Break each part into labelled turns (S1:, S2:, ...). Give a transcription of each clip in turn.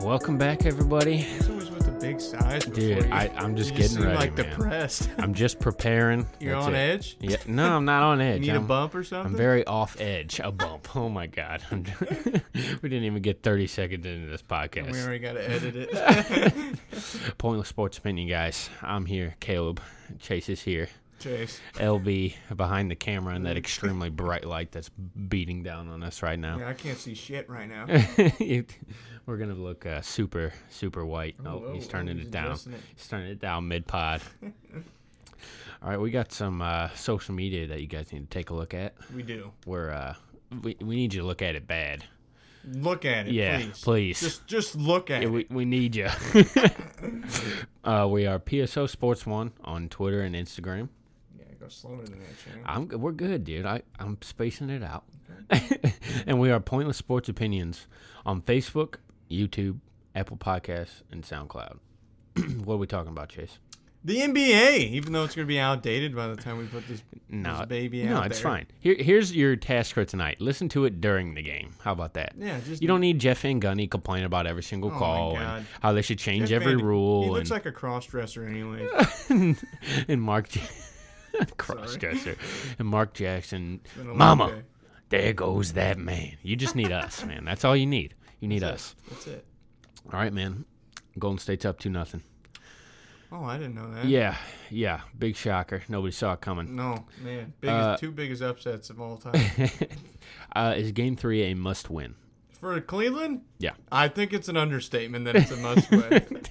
S1: Welcome back, everybody.
S2: It's always with the big size. before
S1: Dude,
S2: you-
S1: I- I'm just
S2: you
S1: getting
S2: seem
S1: ready,
S2: like
S1: man.
S2: depressed.
S1: I'm just preparing.
S2: You're
S1: That's
S2: on
S1: it.
S2: edge?
S1: Yeah. No, I'm not on edge.
S2: Need a
S1: I'm,
S2: bump or something?
S1: I'm very off edge. A bump. Oh my god. I'm, we didn't even get 30 seconds into this podcast.
S2: We already got to edit it.
S1: Pointless sports opinion, guys. I'm here. Caleb, Chase is here.
S2: Chase,
S1: LB behind the camera and that extremely bright light that's beating down on us right now.
S2: yeah, I can't see shit right now.
S1: It- We're gonna look uh, super, super white. Oh,
S2: oh,
S1: he's
S2: oh,
S1: turning
S2: he's
S1: it down.
S2: adjusting it.
S1: He's turning it down mid pod. All right, we got some uh, social media that you guys need to take a look at.
S2: We do.
S1: We're uh, we, we need you to look at it bad.
S2: Look at it,
S1: Yeah,
S2: please.
S1: please.
S2: Just, just look at
S1: Yeah,
S2: it.
S1: we, we need you. uh, we are PSO Sports One on Twitter and Instagram.
S2: yeah, go slower than that, Shane.
S1: I'm g- we're good, dude. I I'm spacing it out. and we are Pointless Sports Opinions on Facebook, YouTube, Apple Podcasts, and SoundCloud. what are we talking about, Chase?
S2: The NBA, even though it's going to be outdated by the time we put this,
S1: No,
S2: this baby
S1: no,
S2: out
S1: it's
S2: there.
S1: fine. Here, here's your task for tonight. Listen to it during the game. How about that?
S2: Yeah, just-
S1: you don't need Jeff Van Gunny complaining about every single
S2: Oh my
S1: call
S2: God.
S1: and how they should change
S2: Jeff
S1: every
S2: Van-
S1: rule.
S2: He
S1: and...
S2: looks like a cross-dresser anyway.
S1: and Mark Ja- Crossdresser and Mark Jackson.
S2: been a long
S1: Mama,
S2: day.
S1: there goes that man. You just need us, man. That's all you need. You need us.
S2: That's it.
S1: All right, man. Golden State's up two nothing.
S2: Oh, I didn't know that.
S1: Yeah, yeah. Big shocker. Nobody saw it coming.
S2: No, man. Biggest, two biggest upsets of all time.
S1: uh, is Game Three a must win?
S2: For Cleveland,
S1: Yeah.
S2: I think it's an understatement that it's a must win.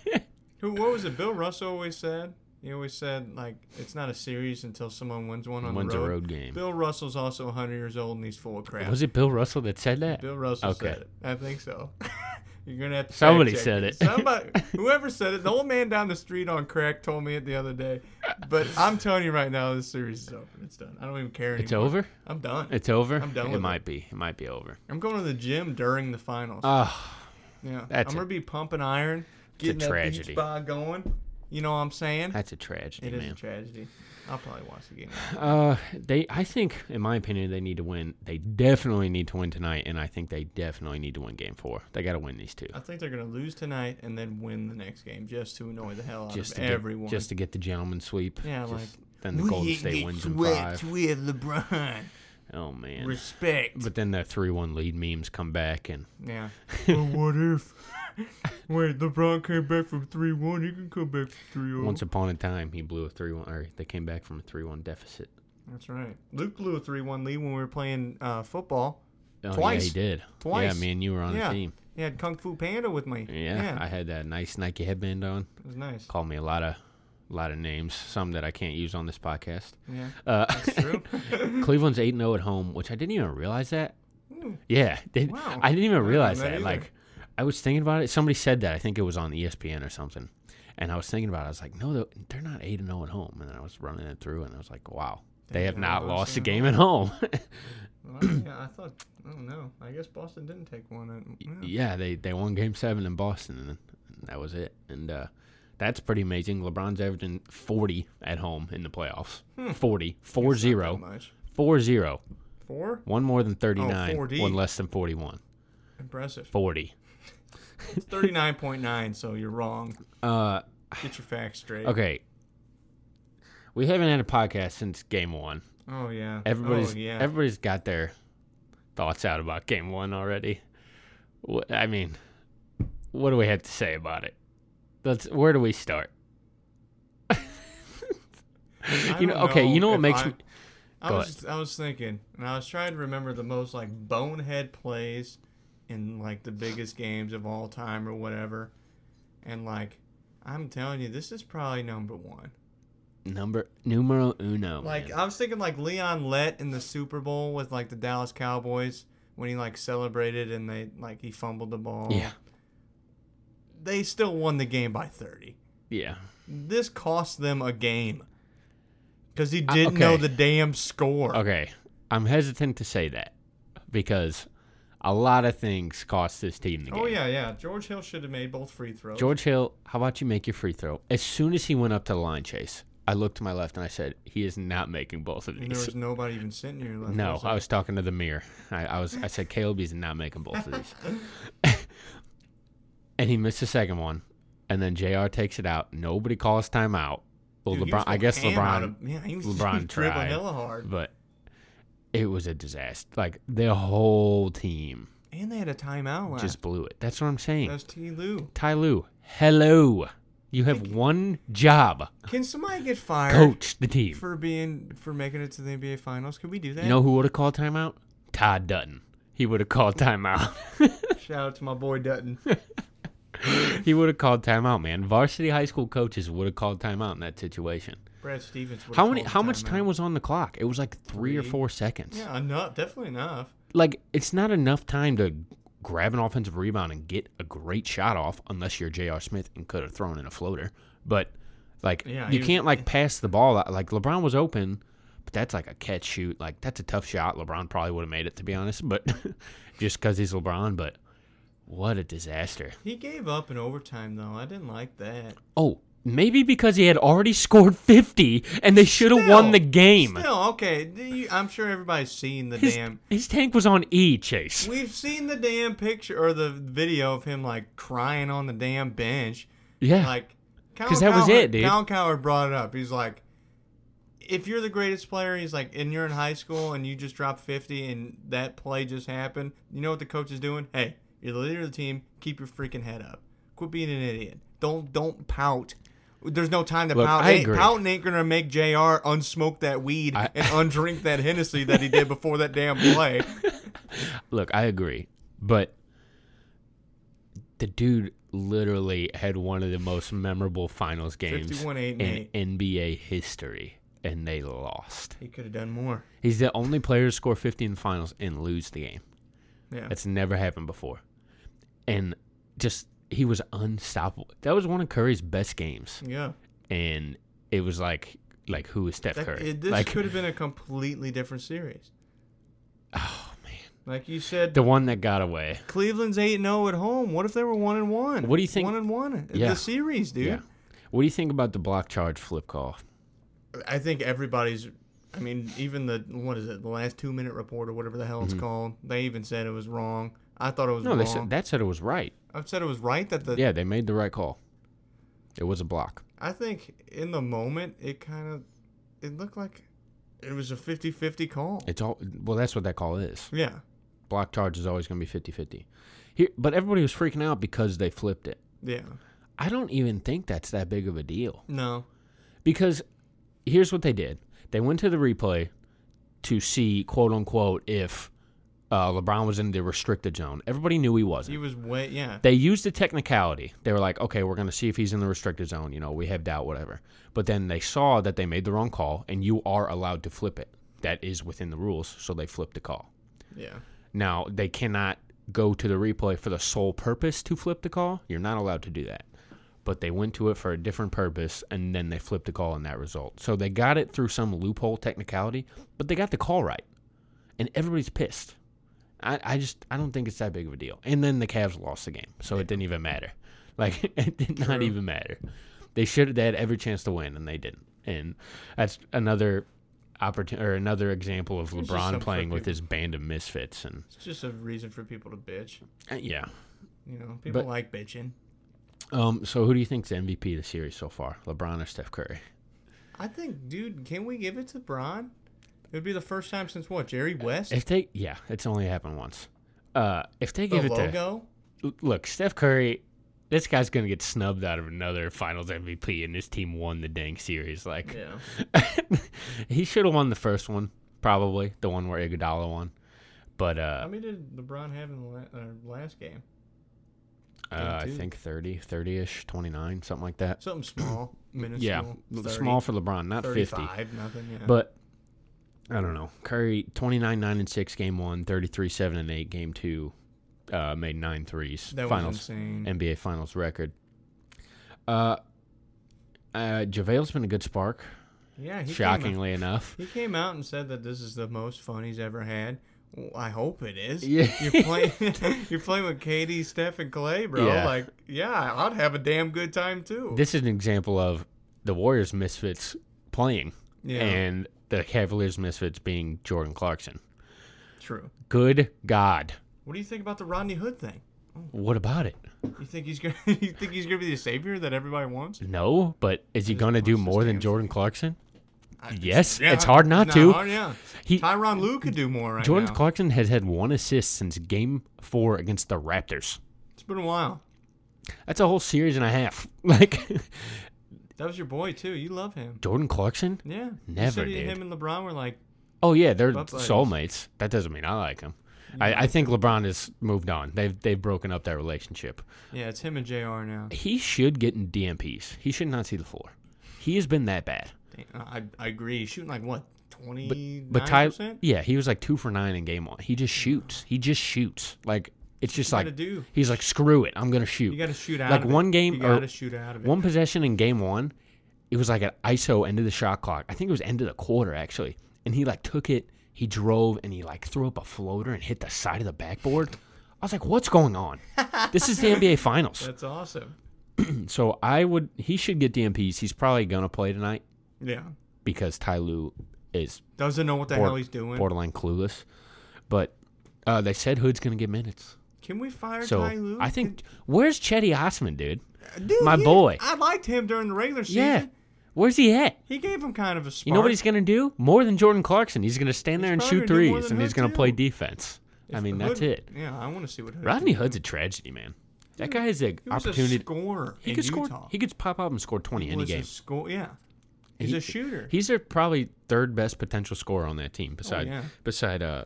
S2: Who? What was it? Bill Russell always said. He always said like it's not a series until someone wins one on
S1: Wins
S2: the
S1: a
S2: road.
S1: road game.
S2: Bill Russell's also 100 years old and he's full of crap.
S1: Was it Bill Russell that said that?
S2: Bill Russell
S1: Okay.
S2: said it. I think so. You're gonna have to
S1: Somebody
S2: fact check
S1: said it.
S2: Somebody, whoever said it, the old man down the street on crack told me it the other day. But I'm telling you right now, this series is over. It's done. I don't even care anymore.
S1: It's over.
S2: I'm done.
S1: It's over.
S2: I'm done
S1: It
S2: with it.
S1: might be. It might be over.
S2: I'm going to the gym during the finals.
S1: Oh,
S2: Yeah,
S1: That's
S2: I'm
S1: a-
S2: gonna be pumping iron, getting that
S1: tragedy.
S2: beach bar going. You know what I'm saying?
S1: that's a tragedy,
S2: It is
S1: man.
S2: a tragedy. I'll probably watch the game.
S1: Uh, they. I think, in my opinion, they need to win. They definitely need to win tonight, and I think they definitely need to win Game Four. They got to win these two,
S2: I think they're gonna lose tonight and then win the next game just to annoy the hell out
S1: just to
S2: of everyone.
S1: Get, just to get the gentleman sweep.
S2: yeah,
S1: Just-
S2: like
S1: then the
S2: we
S1: Golden
S2: ain't
S1: State
S2: get
S1: wins in
S2: swept
S1: five.
S2: with LeBron.
S1: Oh man.
S2: Respect.
S1: but then that three-one lead memes come back, and
S2: yeah. but what if? Wait, LeBron came back from three one. He can come back from three oh. zero.
S1: once upon a time he blew a three-one, or they came back from a three-one deficit.
S2: That's right. Luke blew a three one lead when we were playing uh, football.
S1: Oh,
S2: Twice.
S1: Yeah, he did.
S2: Twice.
S1: Yeah, me and you were on
S2: yeah.
S1: a team.
S2: He had Kung Fu Panda with me.
S1: Yeah,
S2: yeah.
S1: I had that nice Nike headband on.
S2: It was nice.
S1: Called me a lot of, lot of names. Some that I can't use on this podcast.
S2: Yeah.
S1: Uh,
S2: True.
S1: Cleveland's 8 0 at home, which I didn't even realize that. Yeah. they-
S2: Hmm. Wow.
S1: I didn't even realize
S2: that
S1: that.
S2: either.
S1: Like, I was thinking about it. Somebody said that. I think it was on E ESPN or something. And I was thinking about it. I was like, no, they're- they're not 8 0 at home. And then I was running it through and I was like, wow, they have
S2: haven't
S1: not
S2: lost
S1: lost a
S2: at
S1: game at home.
S2: Well, yeah, I thought. I don't know. I guess Boston didn't take one. uh, yeah.
S1: yeah, they, they won game seven in Boston. And then that was it. And uh, that's pretty amazing. LeBron's averaging 40 at home in the playoffs 40, 4
S2: Hmm. Not
S1: 0,
S2: much.
S1: 4 0.
S2: Four.
S1: One more than 39,
S2: 4D.
S1: one less than 41.
S2: Impressive.
S1: 40.
S2: It's thirty-nine point nine. So you're wrong.
S1: Uh,
S2: Get your facts straight.
S1: okay. We haven't had a podcast since game one.
S2: Oh yeah.
S1: Everybody's
S2: Oh, yeah.
S1: everybody's got their thoughts out about game one already. Wh- I mean, what do we have to say about it? Let's. Where do we start?
S2: I
S1: You know,
S2: don't
S1: okay. You know what
S2: if
S1: makes
S2: I,
S1: me.
S2: I
S1: go
S2: was I was thinking, and I was trying to remember the most like bonehead plays in like the biggest games of all time or whatever, and like I'm telling you, this is probably number one.
S1: Number numero uno.
S2: Like
S1: Oh, man.
S2: I was thinking like Leon Lett in the Super Bowl with like the Dallas Cowboys when he like celebrated and they like he fumbled the ball.
S1: yeah,
S2: They still won the game by 30.
S1: yeah.
S2: This cost them a game. Cuz he
S1: I-
S2: didn't know
S1: Uh, okay.
S2: the damn score.
S1: Okay, I'm hesitant to say that because a lot of things cost this team the game.
S2: Oh yeah, yeah. George Hill should have made both free throws.
S1: George Hill, how about you make your free throw? As soon as he went up to the line chase, I looked to my left and I said, "He is not making both of
S2: and there
S1: these."
S2: was nobody even sitting here left.
S1: No,
S2: there?
S1: I was talking to the mirror. I, I was. I said, "Caleb is not making both of these," and he missed the second one. And then Jr. takes it out. Nobody calls timeout. Well,
S2: Dude, he
S1: LeBron.
S2: was
S1: I
S2: going
S1: guess
S2: ham
S1: LeBron.
S2: out of- yeah, he was
S1: LeBron
S2: dribbling
S1: tried.
S2: hella hard.
S1: But it was a disaster. Like the whole team
S2: And they had a timeout left.
S1: just blew it. That's what I'm saying.
S2: Oh, That's T. Lou.
S1: Ty Lue, hello. You have one job.
S2: Can somebody get fired?
S1: Coach the team.
S2: for being for making it to the NBA Finals. Could we do that?
S1: You know who would have called timeout? Todd Dutton. He would have called timeout.
S2: Shout out to my boy Dutton.
S1: he would have called timeout, man. Varsity high school coaches would have called timeout in that situation.
S2: Brad Stevens. would've
S1: How many?
S2: called
S1: How
S2: the
S1: much time
S2: timeout.
S1: was on the clock? It was like three, or
S2: Three.
S1: four seconds.
S2: Yeah, enough. Definitely enough.
S1: Like it's not enough time to grab an offensive rebound and get a great shot off, unless you're J.R. Smith and could have thrown in a floater. But like
S2: Yeah, eh. he
S1: you
S2: was-
S1: can't like pass the ball. out. Like LeBron was open, but that's like a catch shoot. Like that's a tough shot. LeBron probably would have made it to be honest, but just because he's LeBron. But what a disaster.
S2: He gave up in overtime though. I didn't like that.
S1: Oh, maybe because he had already scored 50 and they should have won
S2: Still-
S1: the game.
S2: Still okay. do you- I'm sure everybody's seen the
S1: his,
S2: damn.
S1: his tank was on E, Chase.
S2: We've seen the damn picture or the video of him like crying on the damn bench.
S1: yeah.
S2: Like,
S1: 'Cause that was it, dude.
S2: Colin Coward brought it up. He's like, if you're the greatest player, he's like, and you're in high school and you just dropped 50 and that play just happened, you know what the coach is doing? Hey, you're the leader of the team. Keep your freaking head up. Quit being an idiot. Don't don't pout. There's no time to
S1: Look,
S2: pout.
S1: I
S2: Ain't-
S1: agree.
S2: Pouting ain't gonna make Jr. unsmoke that weed
S1: I-
S2: and undrink that Hennessy that he did before that damn play.
S1: Look, I agree, but the dude literally had one of the most memorable finals games
S2: 51, eight, and
S1: in
S2: eight.
S1: NBA history, and they lost.
S2: He could have done more.
S1: He's the only player to score 50 in the finals and lose the game.
S2: Yeah.
S1: That's never happened before. And just, he was unstoppable. That was one of Curry's best games.
S2: yeah.
S1: And it was like, like who is Steph
S2: That-
S1: Curry?
S2: it- this
S1: like
S2: could have been a completely different series.
S1: oh man,
S2: Like you said,
S1: the one that got away.
S2: Cleveland's eight and zero at home. What if they were one and one?
S1: What do you think-
S2: One and one. at
S1: Yeah.
S2: The series, dude.
S1: Yeah. What do you think about the block charge flip call?
S2: I think everybody's. I mean, even the what is it? The last two minute report or whatever the hell it's called. They even said it was wrong. I thought it
S1: Mm-hmm.
S2: was
S1: No,
S2: wrong.
S1: they said that said it was right.
S2: I've said it was right that the.
S1: yeah, they made the right call. It was a block.
S2: I think in the moment it kind of, it looked like, it was a 50-50 call.
S1: It's all well. That's what that call is.
S2: yeah.
S1: Block charge is always going to be 50-50. Here, but everybody was freaking out because they flipped it.
S2: Yeah.
S1: I don't even think that's that big of a deal
S2: No.
S1: because here's what they did: they went to the replay to see quote unquote if uh, LeBron was in the restricted zone. Everybody knew he wasn't.
S2: He was way. Yeah.
S1: They used the technicality. They were like, okay, we're going to see if he's in the restricted zone. You know, we have doubt, whatever. But then they saw that they made the wrong call, and you are allowed to flip it. That is within the rules, so they flipped the call.
S2: Yeah.
S1: Now, they cannot go to the replay for the sole purpose to flip the call. You're not allowed to do that. But they went to it for a different purpose, and then they flipped the call in that result. So they got it through some loophole technicality, but they got the call right. And everybody's pissed. I, I just I don't think it's that big of a deal. And then the Cavs lost the game, so it didn't even matter. Like it did not even matter. They should they had every chance to win and they didn't. And that's another opportunity or another example of
S2: It's just something
S1: LeBron
S2: for
S1: playing with
S2: people.
S1: his band of misfits and
S2: It's just a reason for people to bitch.
S1: uh, yeah.
S2: You know, people
S1: But-
S2: like bitching.
S1: Um so who do you think's the MVP of the series so far? LeBron or Steph Curry?
S2: I think, dude, can we give it to Bron? It would be the first time since what Jerry West.
S1: If they yeah, it's only happened once. Uh if they give
S2: the
S1: it to
S2: logo.
S1: L- look, Steph Curry, this guy's gonna get snubbed out of another Finals MVP, and this team won the dang series. Like, he should have won the first one, probably the one where Iguodala won. But
S2: How
S1: uh,
S2: many did LeBron have in the la- uh, last game?
S1: Uh, I
S2: 32.
S1: think 30, 30 ish, 29, something like that.
S2: Something small, minuscule.
S1: yeah,
S2: 30,
S1: small for LeBron, not 50.
S2: 35, nothing. Yeah.
S1: But I don't know. Curry 29 9 and 6 game 1, 33 7 and 8 game 2. Uh, made nine threes.
S2: that was
S1: finals
S2: insane.
S1: NBA finals record. Uh uh JaVale's been a good spark,
S2: yeah, he Came out,
S1: shockingly enough.
S2: he came out and said that this is the most fun he's ever had. Well, I hope it is.
S1: Yeah.
S2: You're playing you're playing with KD, Steph, and Clay, bro.
S1: Yeah.
S2: Like, yeah, I'd have a damn good time too.
S1: This is an example of the Warriors misfits playing
S2: yeah.
S1: and the Cavaliers misfits being Jordan Clarkson.
S2: True.
S1: Good God.
S2: What do you think about the Rodney Hood thing?
S1: What about it?
S2: You think he's gonna you think he's gonna be the savior that everybody wants?
S1: No, but is he going to do
S2: Clarkson's
S1: more than
S2: game's
S1: Jordan Clarkson?
S2: I-
S1: Yes, it's hard not to.
S2: hard, yeah.
S1: He
S2: Tyron Lue could do more right
S1: Jordan
S2: now.
S1: Clarkson has had one assist since game four against the Raptors.
S2: it's been a while.
S1: That's a whole series and a half. Like
S2: That was your boy too. You love him.
S1: Jordan Clarkson?
S2: Yeah. You
S1: Never
S2: said he-
S1: did.
S2: Him and LeBron were like,
S1: Oh yeah, they're
S2: Butt buddies.
S1: soulmates. That doesn't mean I like him. I, I think LeBron has moved on. They've they've broken up that relationship.
S2: yeah, it's him and Jr. now.
S1: He should get in DMPs. He should not see the floor. He has been that bad.
S2: Damn, I, I agree. He's shooting like what
S1: But
S2: twenty
S1: but
S2: nine
S1: Ty,
S2: percent.
S1: yeah, he was like two for nine in game one. He just shoots. He just shoots. Like it's just
S2: gotta
S1: like
S2: do.
S1: he's like screw it. I'm gonna shoot.
S2: You got to shoot out
S1: like
S2: of it.
S1: one game
S2: You
S1: or
S2: got to shoot out of it.
S1: One possession in game one, it was like an ISO end of the shot clock. I think it was end of the quarter actually, and he like took it. He drove and he like threw up a floater and hit the side of the backboard. I was like, "What's going on? this is the NBA Finals."
S2: That's awesome.
S1: So I would he should get DMPs. He's probably gonna play tonight
S2: Yeah.
S1: because Ty Lue is
S2: Doesn't know what the
S1: bor-
S2: hell he's doing.
S1: borderline clueless. But uh, they said Hood's gonna get minutes,
S2: Can we fire
S1: so
S2: Ty Lue?
S1: I think where's Chetty Osman, dude?
S2: Dude,
S1: my
S2: he-
S1: boy.
S2: I liked him during the regular season.
S1: Yeah, where's he at?
S2: He gave him kind of a spark.
S1: You know what he's going to do? More than Jordan Clarkson. He's going to stand
S2: He's
S1: there and
S2: probably
S1: shoot
S2: gonna do more
S1: threes
S2: than
S1: and he's
S2: Hood,
S1: going to play
S2: too.
S1: defense. I
S2: If
S1: mean,
S2: Hood-
S1: that's it.
S2: Yeah, I want to see what Hood
S1: Rodney
S2: can do.
S1: Hood's a tragedy, man. That guy has an
S2: He was a
S1: opportunity.
S2: scorer
S1: He
S2: in
S1: could score.
S2: Utah.
S1: He could pop up and score 20 any
S2: was
S1: game.
S2: a score. Yeah, he's
S1: He-
S2: a shooter.
S1: He's their probably third best potential scorer on that team beside
S2: Oh, yeah.
S1: beside uh,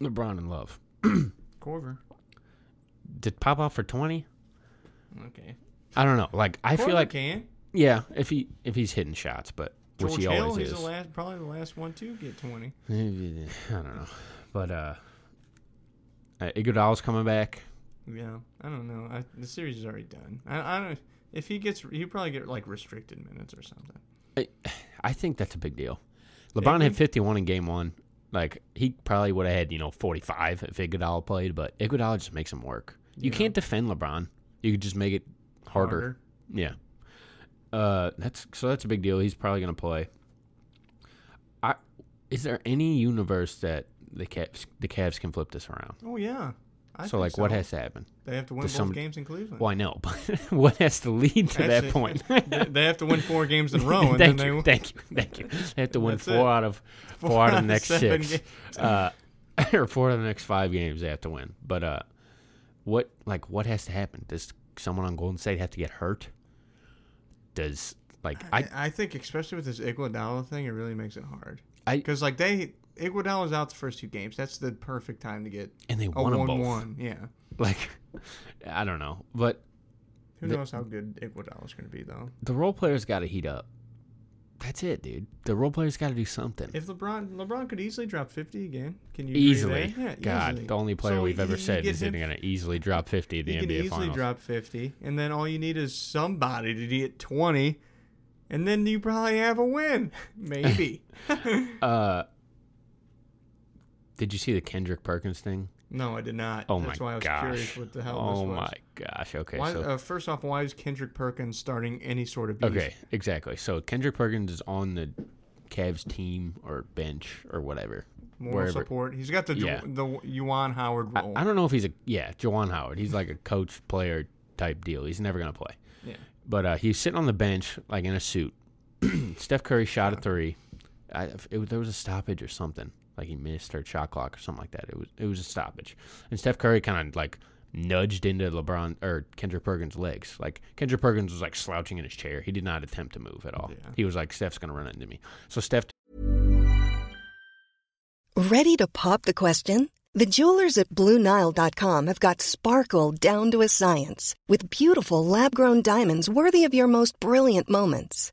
S1: LeBron and Love.
S2: Corver.
S1: Did pop off for 20?
S2: Okay.
S1: I don't know. Like I
S2: Corver
S1: feel like
S2: can.
S1: yeah, if he if he's hitting shots, but which
S2: George
S1: he
S2: Hill.
S1: always
S2: He's
S1: is.
S2: the last, probably the last one to get twenty.
S1: I don't know. But uh, uh Iguodala's coming back.
S2: Yeah, I don't know. I, the series is already done. I, I don't. If he gets, he probably get like restricted minutes or something.
S1: I, I think that's a big deal. LeBron had 51 in game one. Like he probably would have had you know 45 if Iguodala played, but Iguodala just makes him work. You can't defend LeBron. You could just make it harder. Yeah. Uh, that's so that's a big deal. He's probably gonna play. I is there any universe that the Cavs the Cavs can flip this around?
S2: Oh yeah. I
S1: so
S2: think
S1: like, what has to happen?
S2: they have to win both
S1: does some-
S2: games in Cleveland?
S1: Well, I know, but what has to lead to
S2: That's
S1: that
S2: it.
S1: point?
S2: They- they have to win four games in a row, and
S1: thank
S2: then they
S1: you,
S2: win.
S1: thank you, thank you. They have to win
S2: That's
S1: four
S2: it.
S1: out of four, out of the next
S2: seven
S1: six, uh, or four out of the next five games they have to win. But uh, what like what has to happen? Does someone on Golden State have to get hurt? Does like I
S2: I, I think especially with this Iguodala thing, it really makes it hard.
S1: I-
S2: Because like they Iguodala's out the first two games. That's the perfect time to get
S1: and they
S2: a
S1: won them both.
S2: one-one. Yeah.
S1: Like I don't know, but
S2: Who
S1: The-
S2: knows how good Iguodala's going to be though?
S1: the role players got to heat up. That's it, dude. The role players got to do something.
S2: If LeBron LeBron could easily drop fifty again, can you agree
S1: Easily,
S2: there? Yeah,
S1: God,
S2: easily.
S1: the only player
S2: So
S1: we've
S2: you-
S1: ever
S2: you
S1: said
S2: get
S1: is
S2: him-
S1: going to easily drop fifty at the
S2: you
S1: NBA
S2: can easily
S1: Finals.
S2: drop 50 and then all you need is somebody to get 20 and then you probably have a win maybe
S1: Uh, did you see the Kendrick Perkins thing?
S2: no i did not
S1: Oh
S2: that's
S1: my
S2: why i was
S1: gosh!
S2: curious what the hell
S1: oh
S2: this was
S1: my gosh! Okay,
S2: why,
S1: so
S2: uh, first off why is kendrick perkins starting any sort of beef?
S1: okay, exactly. So Kendrick Perkins is on the Cavs team or bench or whatever.
S2: moral support he's got the
S1: Yeah.
S2: yeah. the Juwan howard
S1: I,
S2: role
S1: I don't know if he's a yeah, Jawan Howard. He's like a coach player type deal. He's never gonna play.
S2: yeah
S1: But uh, he's sitting on the bench like in a suit. Steph Curry shot a three. I, it, was- there was a stoppage or something. Like he missed or shot clock or something like that. It was it was a stoppage, and Steph Curry kind of like nudged into LeBron or Kendrick Perkins' legs. Like Kendrick Perkins was like slouching in his chair. He did not attempt to move at all.
S2: Yeah.
S1: He was like Steph's gonna run into me. So Steph
S3: Ready to pop the question? The jewelers at BlueNile.com have got sparkle down to a science with beautiful lab grown diamonds worthy of your most brilliant moments.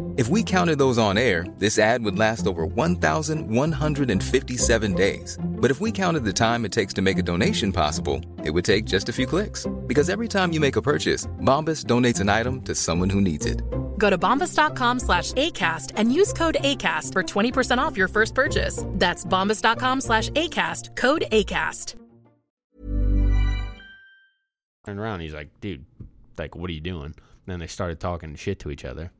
S4: If we counted those on air, this ad would last over 1,157 days. But if we counted the time it takes to make a donation possible, it would take just a few clicks. Because every time you make a purchase, Bombas donates an item to someone who needs it.
S5: Go to bombas.com slash ACAST and use code ACAST for 20% off your first purchase. That's bombas.com slash ACAST, code ACAST.
S1: Turned around. He's like, dude, like, what are you doing? And then they started talking shit to each other.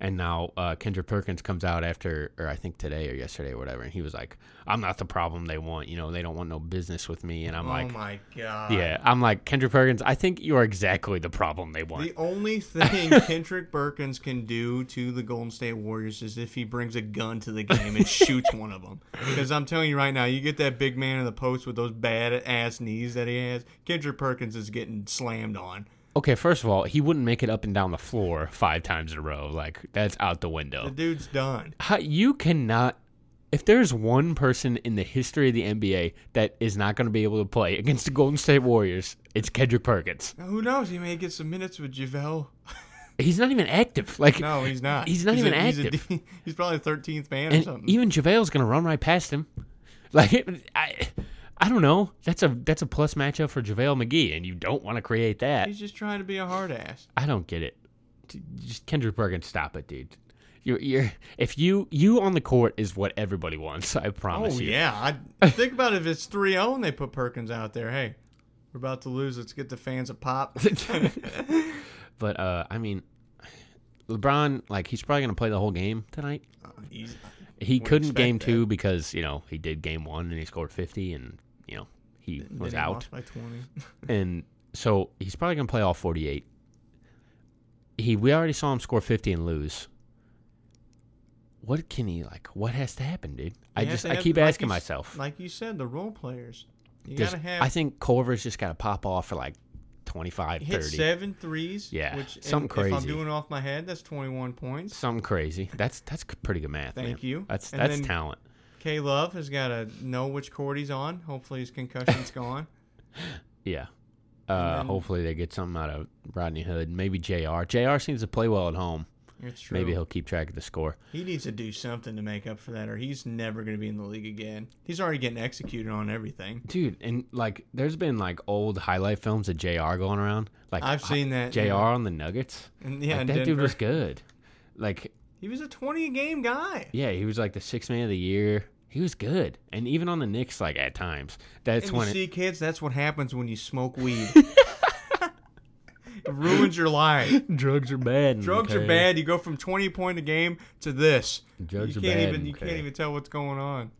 S1: And now uh, Kendra Perkins comes out after, or I think today or yesterday or whatever, and he was like, I'm not the problem they want. You know, they don't want no business with me. And I'm
S2: oh
S1: like,
S2: my god.
S1: yeah, I'm like, Kendra Perkins, I think you are exactly the problem they want.
S2: The only thing Kendrick Perkins can do to the Golden State Warriors is if he brings a gun to the game and shoots one of them. Because I'm telling you right now, you get that big man in the post with those bad ass knees that he has. Kendrick Perkins is getting slammed on.
S1: Okay, first of all, he wouldn't make it up and down the floor five times in a row. Like, that's out the window.
S2: The dude's done.
S1: How, you cannot. If there's one person in the history of the NBA that is not going to be able to play against the Golden State Warriors, it's Kendrick Perkins.
S2: Now, who knows? He may get some minutes with JaVale.
S1: He's not even active. Like
S2: No, he's not.
S1: He's not even
S2: a-
S1: active.
S2: He's, a D- he's probably the 13th man or
S1: and
S2: something.
S1: even JaVale's going to run right past him. Like it- I, I don't know. That's a that's a plus matchup for JaVale McGee, and you don't want to create that.
S2: he's just trying to be a hard ass.
S1: I don't get it. D- Just Kendrick Perkins, stop it, dude. You're, you're if you you on the court is what everybody wants. I promise
S2: Oh,
S1: you.
S2: yeah. I Think about it. If it's 3 0 and they put Perkins out there, hey, we're about to lose. Let's get the fans a pop. Uh,
S1: But uh, I mean, LeBron, like he's probably gonna play the whole game tonight.
S2: He's-
S1: He couldn't
S2: expect
S1: game
S2: that.
S1: two because you know he did game one and he scored fifty and you know he was
S2: Then he
S1: out
S2: lost by 20.
S1: and so he's probably gonna play all forty eight. He we already saw him score fifty and lose. What can he like? What has to happen, dude? I
S2: You have
S1: just
S2: to
S1: I
S2: have-
S1: keep
S2: like you
S1: asking
S2: s-
S1: myself.
S2: Like you said, the role players. You
S1: Just-
S2: gotta have.
S1: I think Culver's just gotta pop off for like 25,
S2: hit
S1: 30.
S2: seven threes.
S1: Yeah,
S2: which and
S1: something
S2: If
S1: crazy.
S2: I'm doing off my head, that's 21 points.
S1: Something crazy. That's that's c- pretty good math.
S2: Thank
S1: man.
S2: you.
S1: That's
S2: And
S1: that's
S2: then-
S1: talent.
S2: K Love has gotta know which chord he's on. Hopefully his concussion's gone.
S1: Yeah. Uh, hopefully they get something out of Rodney Hood. Maybe Jr. Jr. seems to play well at home.
S2: It's true.
S1: Maybe he'll keep track of the score.
S2: He needs to do something to make up for that, or he's never gonna be in the league again. He's already getting executed on everything.
S1: Dude, and like, there's been like old highlight films of Jr. going around. Like
S2: I've
S1: uh,
S2: seen that,
S1: Jr.
S2: yeah.
S1: on the Nuggets.
S2: And yeah,
S1: Like,
S2: in
S1: that dude
S2: Denver.
S1: was good. Like,
S2: He was a 20 a game guy.
S1: yeah, he was like the sixth man of the year. He was good, and even on the Knicks, like at times, that's
S2: and
S1: when
S2: you
S1: it,
S2: see, kids, that's what happens when you smoke weed. it ruins your life.
S1: drugs are bad. in
S2: Drugs
S1: Macau.
S2: are bad. You go from 20 point a game to this.
S1: Drugs are
S2: you can't
S1: bad
S2: even
S1: in
S2: you
S1: Korea.
S2: can't even tell what's going on.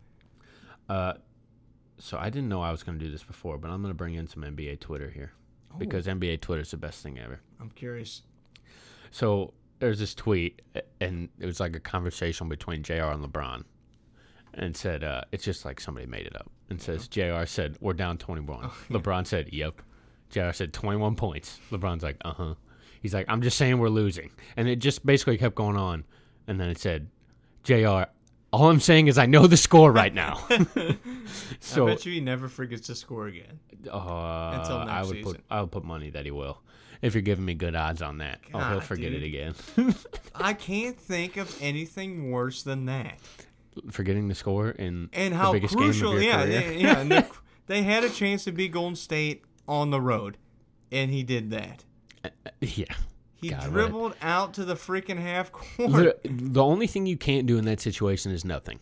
S1: Uh, so I didn't know I was going to do this before, but I'm going to bring in some NBA Twitter here
S2: Oh.
S1: because NBA Twitter is the best thing ever.
S2: I'm curious.
S1: So there's this tweet, a- and it was like a conversation between JR and LeBron. And it said, uh, it's just like somebody made it up. And says, JR said, we're down 21.
S2: Oh,
S1: LeBron said, yep. JR said, 21 points. LeBron's like, uh huh. He's like, I'm just saying we're losing. And it just basically kept going on. And then it said, JR, all I'm saying is I know the score right now. so
S2: I bet you he never forgets to score again.
S1: uh,
S2: Until next
S1: I would put
S2: season.
S1: I would put money that he will. If you're giving me good odds on that, oh, he'll
S2: God,
S1: forget
S2: dude.
S1: it again.
S2: I can't think of anything worse than that.
S1: Forgetting the score in
S2: And
S1: the
S2: how
S1: biggest
S2: crucial,
S1: game of your
S2: yeah,
S1: career.
S2: yeah, yeah. and they, they had a chance to beat Golden State on the road, and he did that.
S1: yeah.
S2: He
S1: God, what a-
S2: dribbled out to the freaking half court,
S1: Lit- The only thing you can't do in that situation is nothing,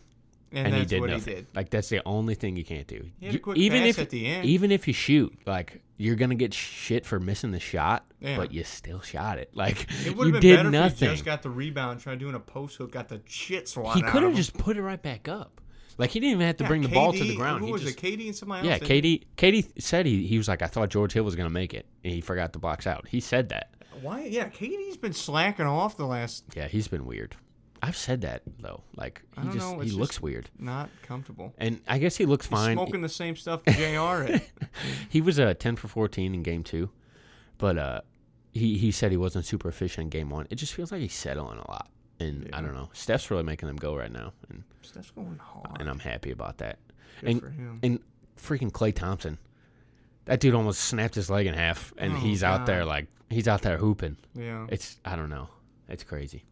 S2: and,
S1: and,
S2: that's
S1: he did
S2: what
S1: nothing.
S2: he did.
S1: Like that's the only thing you can't do.
S2: He had a
S1: You-
S2: quick
S1: even
S2: pass
S1: if
S2: at the end.
S1: even if you shoot, like you're gonna get shit for missing the shot,
S2: Yeah.
S1: but you still shot it. Like
S2: It would
S1: you
S2: have been
S1: did
S2: better
S1: nothing.
S2: if he just got the rebound, tried doing a post hook, got the shit swat.
S1: he
S2: out
S1: could
S2: of
S1: have
S2: him.
S1: just put it right back up. Like he didn't even have to
S2: Yeah,
S1: bring the ball to the
S2: KD
S1: ground.
S2: Who
S1: he
S2: was
S1: just,
S2: it? Katie and somebody
S1: yeah,
S2: else. didn't
S1: Katie. Katie said he he was like, I thought George Hill was gonna make it, and he forgot to box out. He said that.
S2: they? Why? Yeah, Katie's been slacking off the last.
S1: Yeah, he's been weird. I've said that though. Like
S2: I
S1: he
S2: don't
S1: just
S2: know.
S1: he
S2: it's
S1: looks
S2: just
S1: weird,
S2: Not comfortable.
S1: and I guess he looks
S2: He's
S1: fine.
S2: smoking the same stuff Jr. is.
S1: He was a uh, ten for fourteen in game two, but uh, he he said he wasn't super efficient in game one. It just feels like he's settling a lot, and I don't know. Steph's really making them go right now, and
S2: Steph's going hard.
S1: and I'm happy about that.
S2: Good
S1: and
S2: for him.
S1: and freaking Clay Thompson, that dude almost snapped his leg in half, and
S2: Oh,
S1: he's out there like he's out there hooping.
S2: yeah.
S1: It's I don't know. It's crazy.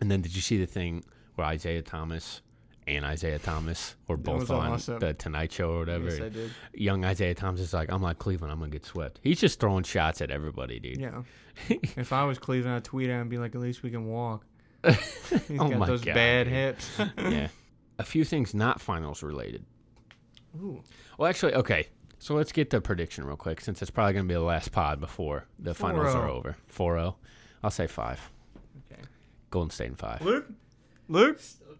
S1: And then did you see the thing where Isaiah Thomas and Isaiah Thomas were both
S2: was
S1: on
S2: awesome.
S1: the Tonight Show or whatever?
S2: Yes, I did.
S1: Young Isaiah Thomas is like, I'm like Cleveland, I'm gonna get swept. He's just throwing shots at everybody, dude.
S2: Yeah. if I was Cleveland, I'd tweet out and be like, at least we can walk. He's
S1: Oh
S2: got
S1: my
S2: those
S1: God,
S2: bad
S1: dude.
S2: hips.
S1: yeah. A few things not finals related.
S2: Ooh.
S1: Well, actually, okay. So let's get the prediction real quick, since it's probably gonna be the last pod before the finals are
S2: 4-0.
S1: over. 4-0. I'll say five.
S2: oh. Okay.
S1: Golden State in five.
S2: Luke? Luke?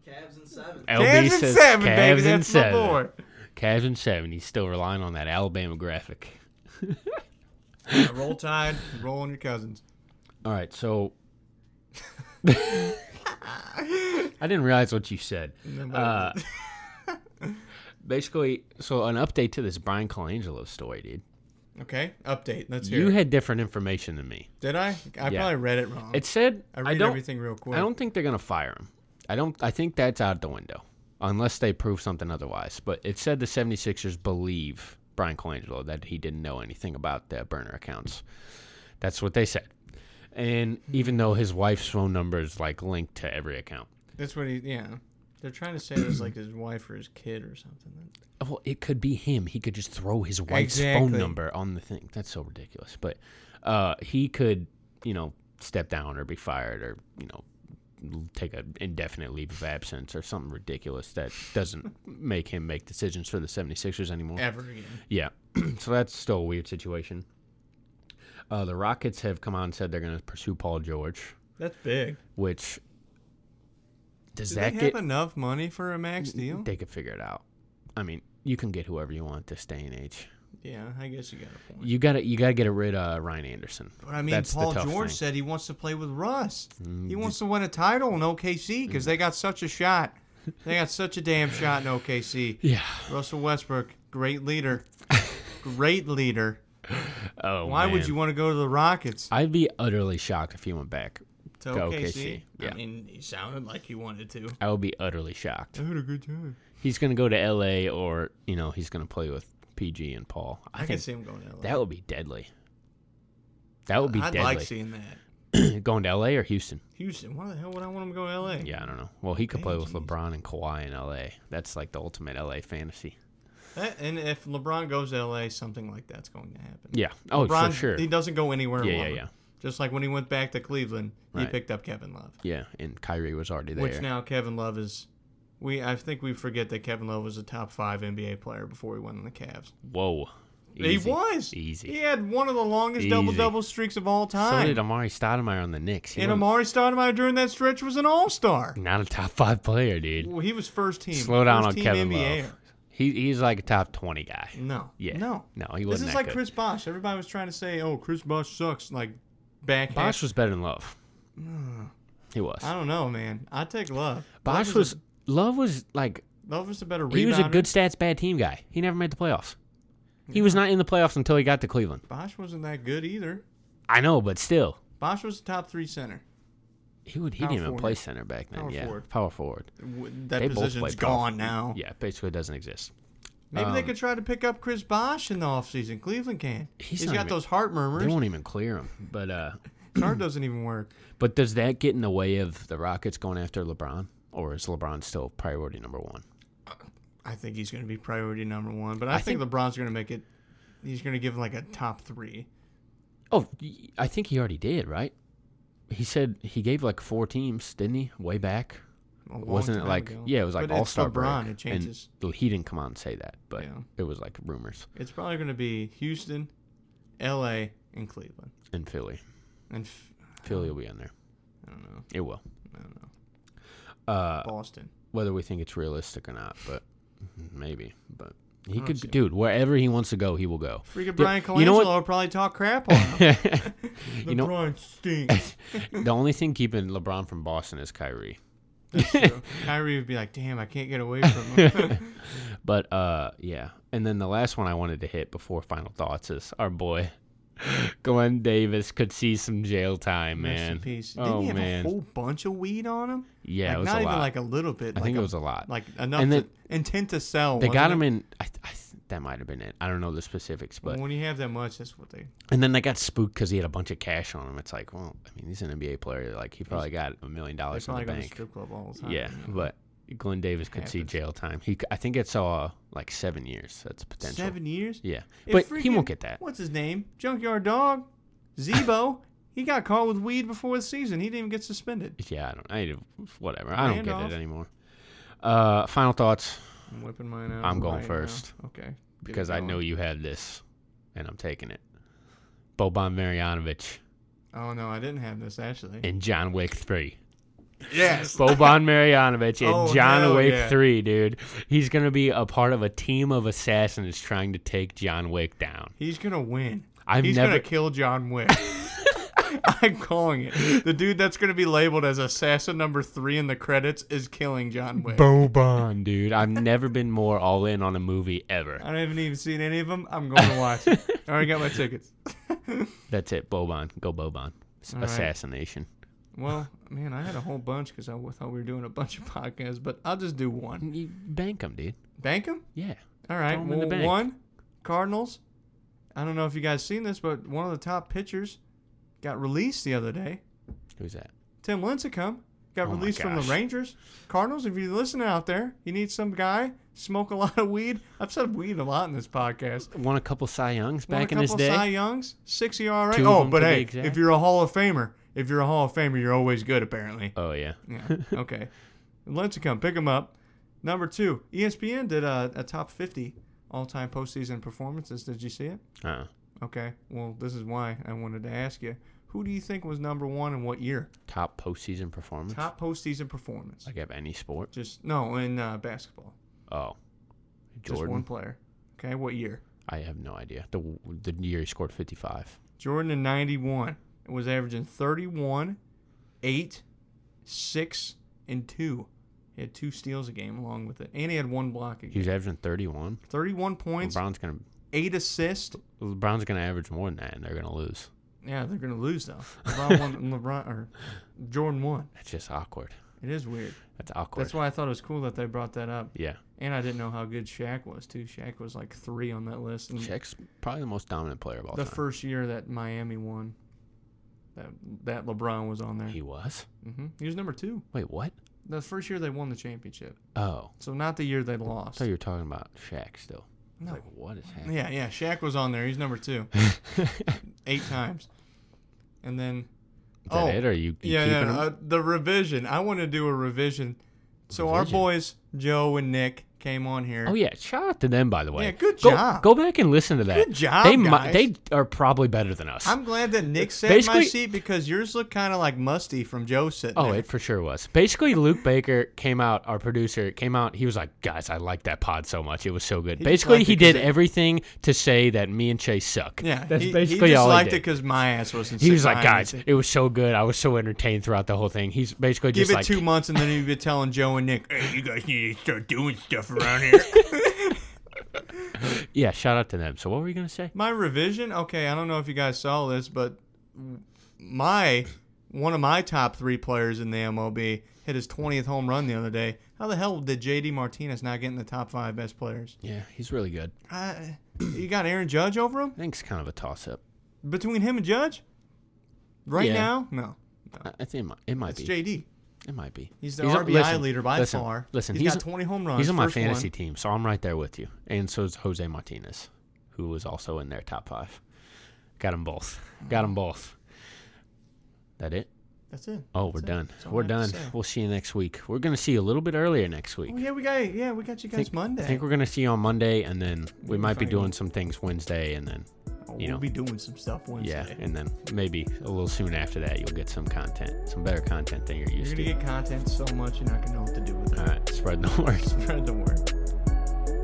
S6: Cavs in seven.
S1: LB
S2: Cavs and
S1: says
S2: seven, baby.
S1: Cavs in
S2: That's
S1: seven.
S2: my boy.
S1: Cavs in seven. He's still relying on that Alabama graphic.
S2: Yeah, roll tide, roll on your cousins.
S1: All right, so I didn't realize what you said. Uh, basically, so an update to this Brian Colangelo story, dude.
S2: Okay, update. Let's hear
S1: You
S2: it.
S1: had different information than me.
S2: Did I? I
S1: Yeah.
S2: probably read it wrong.
S1: It said
S2: Oh, I read
S1: don't,
S2: everything real quick.
S1: I don't think they're gonna fire him. I don't. I think that's out the window unless they prove something otherwise. But it said the 76ers believe Brian Colangelo that he didn't know anything about the burner accounts. That's what they said. And even though his wife's phone number is like linked to every account.
S2: That's what he. Yeah, they're trying to say it was like his wife or his kid or something.
S1: Well, it could be him. He could just throw his wife's phone
S2: Exactly.
S1: number on the thing. That's so ridiculous. But uh, he could, you know, step down or be fired or, you know, l- take an indefinite leave of absence or something ridiculous that doesn't make him make decisions for the 76ers anymore.
S2: Ever again.
S1: Yeah. so that's still a weird situation. Uh, the Rockets have come out and said they're going to pursue Paul George,
S2: That's big.
S1: which does
S2: Does
S1: that
S2: they
S1: get
S2: have enough money for a max deal?
S1: they could figure it out. I mean, you can get whoever you want this day and age.
S2: yeah, I guess you got a point.
S1: You gotta you gotta get rid of Ryan Anderson.
S2: But I mean,
S1: That's the
S2: Paul
S1: tough
S2: George
S1: thing. Mm,
S2: said he wants to play with Russ. He wants to win a title in OKC because they got such a shot. They got such a damn shot in OKC.
S1: Yeah.
S2: Russell Westbrook, great leader, great leader.
S1: Oh.
S2: Why would
S1: man.
S2: you want to go to the Rockets?
S1: I'd be utterly shocked if he went back.
S2: To
S1: To
S2: OKC.
S1: OKC, yeah.
S2: I mean, he sounded like he wanted to.
S1: I would be utterly shocked.
S2: I had a good time.
S1: He's gonna go to L.A. or you know he's gonna play with PG and Paul. I,
S2: I, can
S1: think
S2: see him going to LA.
S1: that would be deadly. That would be
S2: I'd like
S1: deadly.
S2: seeing that.
S1: going to L.A. or Houston.
S2: Houston, why the hell would I want him to go to LA?
S1: Yeah, I don't know. Well, he could play with
S2: Damn, jeez.
S1: LeBron and Kawhi in L.A. That's like the ultimate L.A. fantasy.
S2: That- and if LeBron goes to LA, something like that's going to happen.
S1: Yeah. Oh,
S2: LeBron,
S1: for sure.
S2: He doesn't go anywhere.
S1: Yeah, yeah,
S2: alone.
S1: yeah.
S2: Just like when he went back to Cleveland, he
S1: Right.
S2: picked up Kevin Love,
S1: Yeah, and Kyrie was already there.
S2: which now Kevin Love is. We I think we forget that Kevin Love was a top five NBA player before he went on the Cavs.
S1: Whoa.
S2: He
S1: Easy.
S2: was
S1: Easy.
S2: He had one of the longest
S1: Easy.
S2: double double streaks of all time.
S1: So did Amari Stoudemire on the Knicks. He
S2: and
S1: was
S2: Amari Stoudemire during that stretch was an All Star.
S1: not a top five player, dude.
S2: Well, he was first team.
S1: Slow down
S2: first
S1: on
S2: team
S1: Kevin
S2: NBA.
S1: Love. He, he's like a top twenty guy.
S2: No.
S1: Yeah.
S2: No.
S1: No, he
S2: This
S1: wasn't.
S2: is
S1: that
S2: like
S1: good.
S2: Chris Bosh. Everybody was trying to say, "Oh, Chris Bosh sucks." Like back.
S1: Bosch was better than Love. He was.
S2: I don't know, man. I take Love.
S1: Bosch
S2: Love is
S1: was
S2: a-
S1: Love was like
S2: Love was a better.
S1: he was a
S2: rebounder.
S1: good stats bad team guy. He never made the playoffs. He was not in the playoffs until he got to Cleveland.
S2: Bosch wasn't that good either.
S1: I know, but still,
S2: Bosch was the top three center.
S1: he would he
S2: Power
S1: didn't even
S2: forward.
S1: play center back then.
S2: Power
S1: yeah,
S2: forward.
S1: power forward.
S2: W- That
S1: They both
S2: position's
S1: played
S2: gone
S1: power-
S2: now.
S1: Yeah, basically doesn't exist.
S2: Maybe they
S1: Um,
S2: could try to pick up Chris Bosch in the offseason. Cleveland can.
S1: He's
S2: he's
S1: not
S2: got
S1: even-
S2: those heart
S1: They
S2: murmurs.
S1: won't even clear him. But uh,
S2: Card doesn't even work.
S1: But does that get in the way of the Rockets going after LeBron, or is LeBron still priority number one?
S2: I think he's going to be priority number one, but I,
S1: I
S2: think,
S1: think-
S2: LeBron's going to make it. He's going to give him like a top three.
S1: Oh, y- I think he already did, right? He said he gave like four teams, didn't he? Way back,
S2: a long
S1: wasn't it
S2: time
S1: like
S2: ago.
S1: yeah, it was like
S2: But it's
S1: All Star
S2: LeBron.
S1: break,
S2: It changes.
S1: And he didn't come out and say that, but
S2: Yeah.
S1: it was like rumors
S2: It's probably going to be Houston, L.A., and Cleveland.
S1: in Philly.
S2: And f-
S1: Philly will be in there.
S2: I don't know.
S1: It will.
S2: I don't know.
S1: Uh,
S2: Boston.
S1: whether we think it's realistic or not, but maybe. But he could, dude, wherever he wants to go, he will go.
S2: Freaking
S1: Dude,
S2: Brian Colangelo
S1: you know what?
S2: would probably talk crap on him.
S1: you know,
S2: LeBron stinks.
S1: the only thing keeping LeBron from Boston is Kyrie.
S2: Kyrie would be like, damn, I can't get away from him.
S1: But uh, yeah. And then the last one I wanted to hit before final thoughts is our boy Glenn Davis could see some jail time,
S2: Rest
S1: man.
S2: in peace. Didn't
S1: Oh
S2: he have
S1: man,
S2: a whole bunch of weed on him?
S1: Yeah,
S2: like,
S1: it was
S2: not
S1: a
S2: even
S1: lot.
S2: like a little bit.
S1: I
S2: like
S1: think
S2: a,
S1: it was a lot.
S2: Like enough
S1: And
S2: to,
S1: then-
S2: intent to sell.
S1: they got him
S2: wasn't it?
S1: in. I, I, that might have been it. I don't know the specifics, but Oh,
S2: when you have that much, that's what they.
S1: and then they got spooked because he had a bunch of cash on him. It's like, well, I mean, he's an NBA player. Like he probably got a million
S2: They
S1: dollars in
S2: probably
S1: the
S2: go to the
S1: bank.
S2: strip club all the time.
S1: Yeah, but Glenn Davis could see
S2: happens.
S1: jail time. He, c- I think it's uh like seven years. That's potential.
S2: Seven years.
S1: Yeah,
S2: If
S1: but he
S2: freaking-
S1: won't get that.
S2: What's his name? Junkyard Dog, Zebo. he got caught with weed before the season. He didn't even get suspended.
S1: Yeah, I don't. I whatever. I don't get
S2: Randolph?
S1: it anymore. Uh, final thoughts
S2: I'm whipping mine out.
S1: I'm going
S2: right now.
S1: first.
S2: Okay. Get it
S1: because I
S2: going.
S1: know you have this, and I'm taking it. Boban Marjanovic
S2: Oh no, I didn't have this actually.
S1: in John Wick Three.
S2: Yes.
S1: Boban Marjanovic in
S2: Oh,
S1: John
S2: hell
S1: Wick
S2: yeah.
S1: 3, dude. He's going to be a part of a team of assassins trying to take John Wick down.
S2: He's gonna win.
S1: I've
S2: He's
S1: never-
S2: gonna kill John Wick. I'm calling it. The dude that's gonna be labeled as assassin number three in the credits is killing John Wick.
S1: Boban, dude. I've never been more all in on a movie ever.
S2: I haven't even seen any of them. I'm going to watch it. I already got my tickets.
S1: That's it. Boban. Go Boban. S-
S2: All right.
S1: Assassination.
S2: Well, man, I had a whole bunch because I w- thought we were doing a bunch of podcasts, but I'll just do one.
S1: You bank him, dude.
S2: Bank 'em?
S1: Yeah.
S2: All right.
S1: Throw 'em in the
S2: Well,
S1: bank.
S2: one, Cardinals. I don't know if you guys seen this, but one of the top pitchers got released the other day.
S1: Who's that?
S2: Tim Lincecum got
S1: Oh my
S2: released from the
S1: gosh.
S2: Rangers. Cardinals, if you're listening out there, you need some guy smoke a lot of weed. I've said weed a lot in this podcast.
S1: Won a couple Cy Youngs
S2: Won
S1: back
S2: a
S1: in his
S2: couple
S1: day.
S2: Cy Youngs, six ERA.
S1: Two of
S2: oh,
S1: them
S2: but
S1: to be
S2: hey,
S1: exact.
S2: if you're a Hall of Famer, if you're a Hall of Famer, you're always good apparently.
S1: oh, yeah.
S2: Yeah. Okay. Lincecum, pick him up. Number two, E ESPN did a, a top 50 all-time postseason performances. Did you see it?
S1: Uh,
S2: Okay. Well, this is why I wanted to ask you. Who do you think was number one and what year?
S1: top postseason performance?
S2: Top postseason performance.
S1: Like, of any sport?
S2: Just no in uh, basketball.
S1: Oh.
S2: Just one
S1: Jordan?
S2: player. Okay, what year?
S1: I have no idea. The, the year he scored 55.
S2: Jordan in '91 was averaging 31, eight, six, and two. He had two steals a game along with it, and he had one block a
S1: He
S2: game.
S1: was averaging 31.
S2: 31 points,
S1: LeBron's gonna
S2: eight assists.
S1: LeBron's gonna average more than that, and they're gonna lose.
S2: Yeah, they're gonna lose though. LeBron won, LeBron or Jordan won.
S1: That's just awkward.
S2: It is weird.
S1: That's awkward.
S2: That's why I thought it was cool that they brought that up.
S1: Yeah,
S2: And I didn't know how good Shaq was too. Shaq was like three on that list. And
S1: Shaq's probably the most dominant player of all
S2: Mm. the
S1: time.
S2: first year that Miami won, that that LeBron was on there.
S1: he was.
S2: hmm He was number two.
S1: Wait, what?
S2: The first year they won the championship.
S1: Oh,
S2: So not the year they
S1: I
S2: lost.
S1: thought you were talking about Shaq still. I was
S2: No.
S1: Like, what is happening?
S2: Yeah, yeah. Shaq was on there. He's number two. Eight times. And then oh,
S1: Is that it? Or you, you
S2: yeah, yeah,
S1: keeping him?
S2: uh, the revision. I want to do a revision. So our
S1: Revision?
S2: boys, Joe and Nick, came on here.
S1: Oh yeah, shout out to them by the way.
S2: Yeah, good
S1: go,
S2: job.
S1: Go back and listen to that.
S2: Good job,
S1: They mi-
S2: guys.
S1: they are probably better than us.
S2: I'm glad that Nick sat my
S1: Uh, Basically-
S2: seat because yours looked kind of like musty from Joe sitting
S1: Oh,
S2: there.
S1: it for sure was. Basically, Luke Baker came out, our producer came out. He was like, guys, I like that pod so much. It was so good.
S2: He just
S1: basically,
S2: liked
S1: he
S2: it 'cause
S1: did
S2: it-
S1: everything to say that me and Chase suck.
S2: Yeah,
S1: That's
S2: he,
S1: basically
S2: he just
S1: all
S2: liked
S1: he
S2: it
S1: did.
S2: because my ass wasn't.
S1: He was
S2: sitting
S1: like,
S2: behind
S1: guys,
S2: me."
S1: it was so good. I was so entertained throughout the whole thing. He's basically
S2: Give
S1: just
S2: it
S1: like,
S2: two months, and then he'd be telling Joe and Nick, "Hey, you guys need to start doing stuff around here."
S1: yeah, shout out to them. So, what were you going to say?
S2: my revision. Okay, I don't know if you guys saw this, but my one of my top three players in the MLB hit his 20th home run the other day. How the hell did JD Martinez not get in the top five best players?
S1: Yeah, he's really good.
S2: I, you got Aaron Judge over him?
S1: I think it's kind of a toss up.
S2: Between him and Judge, right
S1: Yeah.
S2: now, no.
S1: I I think it might, it might
S2: It's
S1: be.
S2: JD.
S1: It might be.
S2: He's the RBI leader by
S1: listen,
S2: far.
S1: Listen,
S2: He's
S1: he's
S2: got 20 home runs,
S1: He's on my
S2: first one.
S1: fantasy team, so I'm right there with you. And so is Jose Martinez, who was also in their top five. Got them both. Got them both. That it?
S2: That's it.
S1: Oh,
S2: That's
S1: we're
S2: it.
S1: done.
S2: That's all I
S1: We're
S2: have to
S1: done.
S2: say.
S1: We'll see you next week. We're gonna see you a little bit earlier next week.
S2: Oh, yeah, we got yeah, we got you guys
S1: think,
S2: Monday.
S1: I think we're gonna see you on Monday, and then we might be
S2: fine.
S1: doing some things Wednesday, and then you know.
S2: we'll be doing some stuff Wednesday.
S1: yeah, and then maybe a little soon after that, you'll get some content, some better content than you're
S2: You're
S1: used
S2: gonna
S1: to.
S2: get content so much you're not gonna know what to do with it.
S1: All right, spread the word.
S2: Spread the word.